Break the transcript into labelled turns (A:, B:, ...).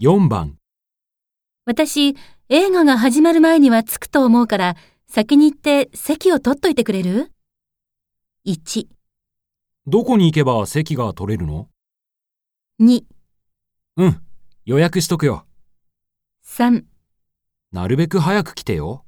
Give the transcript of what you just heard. A: 4番、
B: 私、映画が始まる前には着くと思うから、先に行って席を取っといてくれる ?1、
A: どこに行けば席が取れるの
B: 2、
A: うん、予約しとくよ。
B: 3
A: なるべく早く来てよ。